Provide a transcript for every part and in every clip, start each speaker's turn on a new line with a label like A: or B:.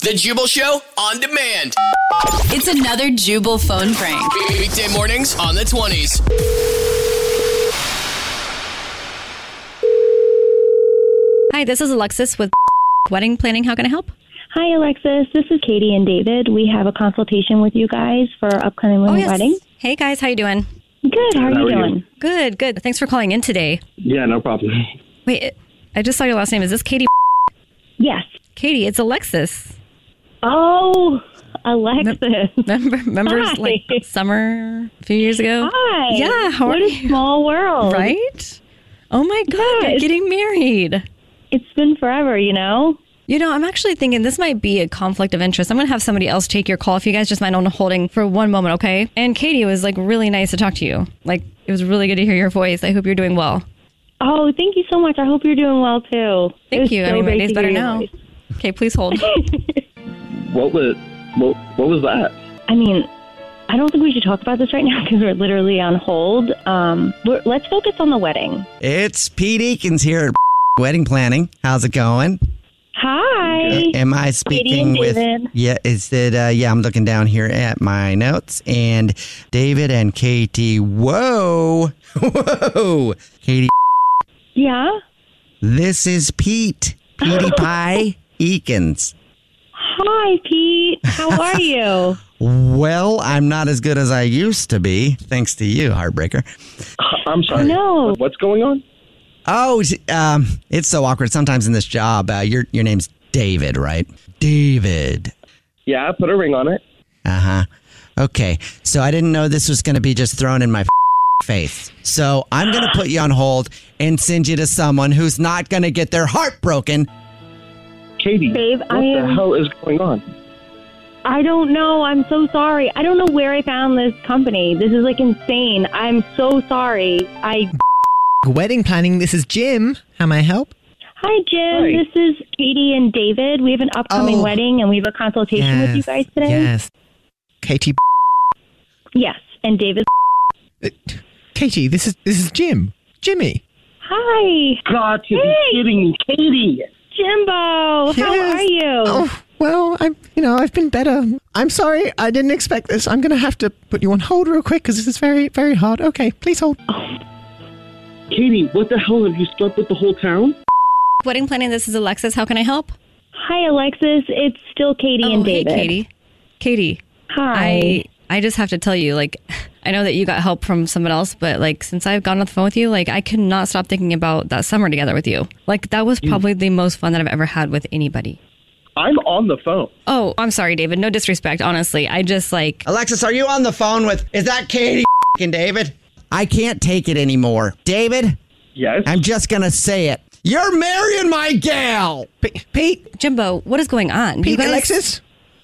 A: The Jubal Show on demand.
B: It's another Jubal phone prank.
A: Weekday mornings on the 20s.
C: Hi, this is Alexis with Wedding Planning. How can I help?
D: Hi, Alexis. This is Katie and David. We have a consultation with you guys for our upcoming women's wedding.
C: Hey guys, how you doing?
D: Good. How are you doing?
C: Good, good. Thanks for calling in today.
E: Yeah, no problem.
C: Wait, I just saw your last name. Is this Katie?
D: Yes.
C: Katie, it's Alexis.
D: Oh, Alexis.
C: Remember, remember like summer a few years ago?
D: Hi.
C: Yeah, how
D: What
C: are
D: a
C: you?
D: small world.
C: Right? Oh my god, you're
D: Yes.
C: getting married.
D: It's been forever, you know?
C: You know, I'm actually thinking this might be a conflict of interest. I'm going to have somebody else take your call if you guys just mind on holding for one moment, okay? And Katie, it was like really nice to talk to you. Like, it was really good to hear your voice. I hope you're doing well.
D: Oh, thank you so much. I hope you're doing well too. It
C: Thank
D: was
C: you. I
D: so
C: mean, my
D: great
C: day's
D: to
C: better
D: hear your
C: now.
D: voice.
C: Okay, please hold.
E: What was what, what was that?
D: I mean, I don't think we should talk about this right now because we're literally on hold. Um, we're, let's focus on the wedding.
F: It's Pete Eakins here at Wedding Planning. How's it going? Uh,
D: Hi.
F: Am I
D: Katie and
F: speaking with?
D: David.
F: Yeah, is it? Uh, yeah, I'm looking down here at my notes and David and Katie. Whoa, whoa, Katie.
D: Yeah.
F: This is Pete Petey Pie Eakins.
D: Hi, Pete. How are you?
F: Well, I'm not as good as I used to be, thanks to you, heartbreaker.
E: I'm sorry.
D: No.
E: What's going on?
F: Oh, t- um, it's so awkward sometimes in this job. Uh, your your name's David, right? David.
E: Yeah, I put a ring on it.
F: Uh huh. Okay. So I didn't know this was going to be just thrown in my face. So I'm going to put you on hold and send you to someone who's not going to get their heart broken.
E: Katie,
D: Babe,
E: what
D: I
E: the
D: am-
E: hell is going on?
D: I don't know. I'm so sorry. I don't know where I found this company. This is like insane. I'm so sorry. I
G: Wedding planning. This is Jim. How may I help?
D: Hi Jim.
G: Hi.
D: This is Katie and David. We have an upcoming
G: Oh.
D: wedding and we have a consultation with you
G: Yes,
D: guys today.
G: Yes. Katie.
D: Yes. And David.
F: uh,
G: Katie. This is this is Jim. Jimmy.
D: Hi.
E: God, you
D: Hey.
E: be kidding me, Katie.
D: Jimbo. How
G: Yes.
D: are you?
G: Oh well, I'm. You know, I've been better. I'm sorry. I didn't expect this. I'm going to have to put you on hold real quick because this is very very hard. Okay, please hold.
E: Katie, what the hell have you slept with the whole town?
C: Wedding planning, this is Alexis. How can I help?
D: Hi Alexis. It's still Katie
C: oh,
D: and
C: hey,
D: David.
C: Katie. Katie,
D: Hi.
C: I I just have to tell you, like, I know that you got help from someone else, but like, since I've gone on the phone with you, like, I could not stop thinking about that summer together with you. Like, that was probably the most fun that I've ever had with anybody.
E: I'm on the phone.
C: Oh, I'm sorry, David. No disrespect. Honestly, I just like.
F: Alexis, are you on the phone with? Is that Katie and David? I can't take it anymore. David,
E: Yes.
F: I'm just going to say it. You're marrying my gal.
G: P- Pete.
C: Jimbo, what is going on?
G: Pete.
C: you guys,
G: Alexis.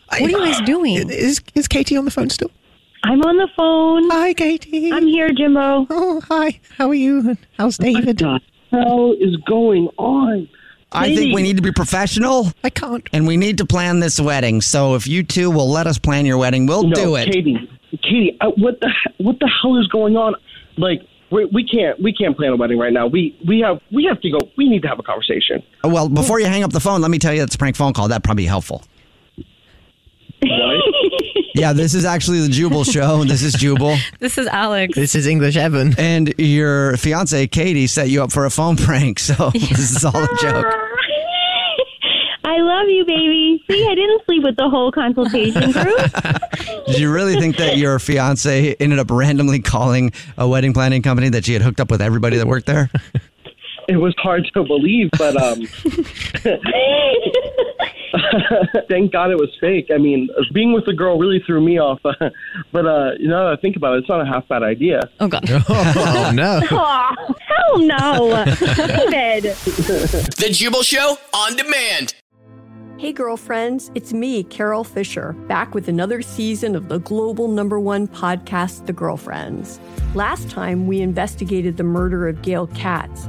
C: What are you guys doing?
G: Is is Katie on the phone still?
D: I'm on the phone.
G: Hi, Katie.
D: I'm here, Jimbo.
G: oh, hi. How are you? How's David?
E: God hell is going on?
F: I think we need to be professional. I can't. And we need to plan this wedding. So if you two will let us plan your wedding, we'll
E: no,
F: do it.
E: Katie. Katie, I, what the he- what the hell is going on? Like we we can't we can't plan a wedding right now. We we have we have to go. We need to have a conversation.
F: Oh, Well, before you hang up the phone, let me tell you it's a prank phone call. That'd probably be helpful. yeah, this is actually the Jubal show. This is Jubal.
C: This is Alex.
F: This is English Evan. And your fiance Katie set you up for a phone prank, so this is all a joke.
D: I love you, baby. See, I didn't sleep with the whole consultation group.
F: Did you really think that your fiance ended up randomly calling a wedding planning company that she had hooked up with everybody that worked there?
E: It was hard to believe, but um, thank God it was fake. I mean, being with the girl really threw me off. but uh, now that I think about it, it's not a half bad idea.
C: Oh God!
E: Oh no!
D: Aw, hell no. David.
A: The Jubal Show on demand.
H: Hey, girlfriends, it's me, Carol Fisher, back with another season of the global number one podcast, The Girlfriends. Last time, we investigated the murder of Gail Katz.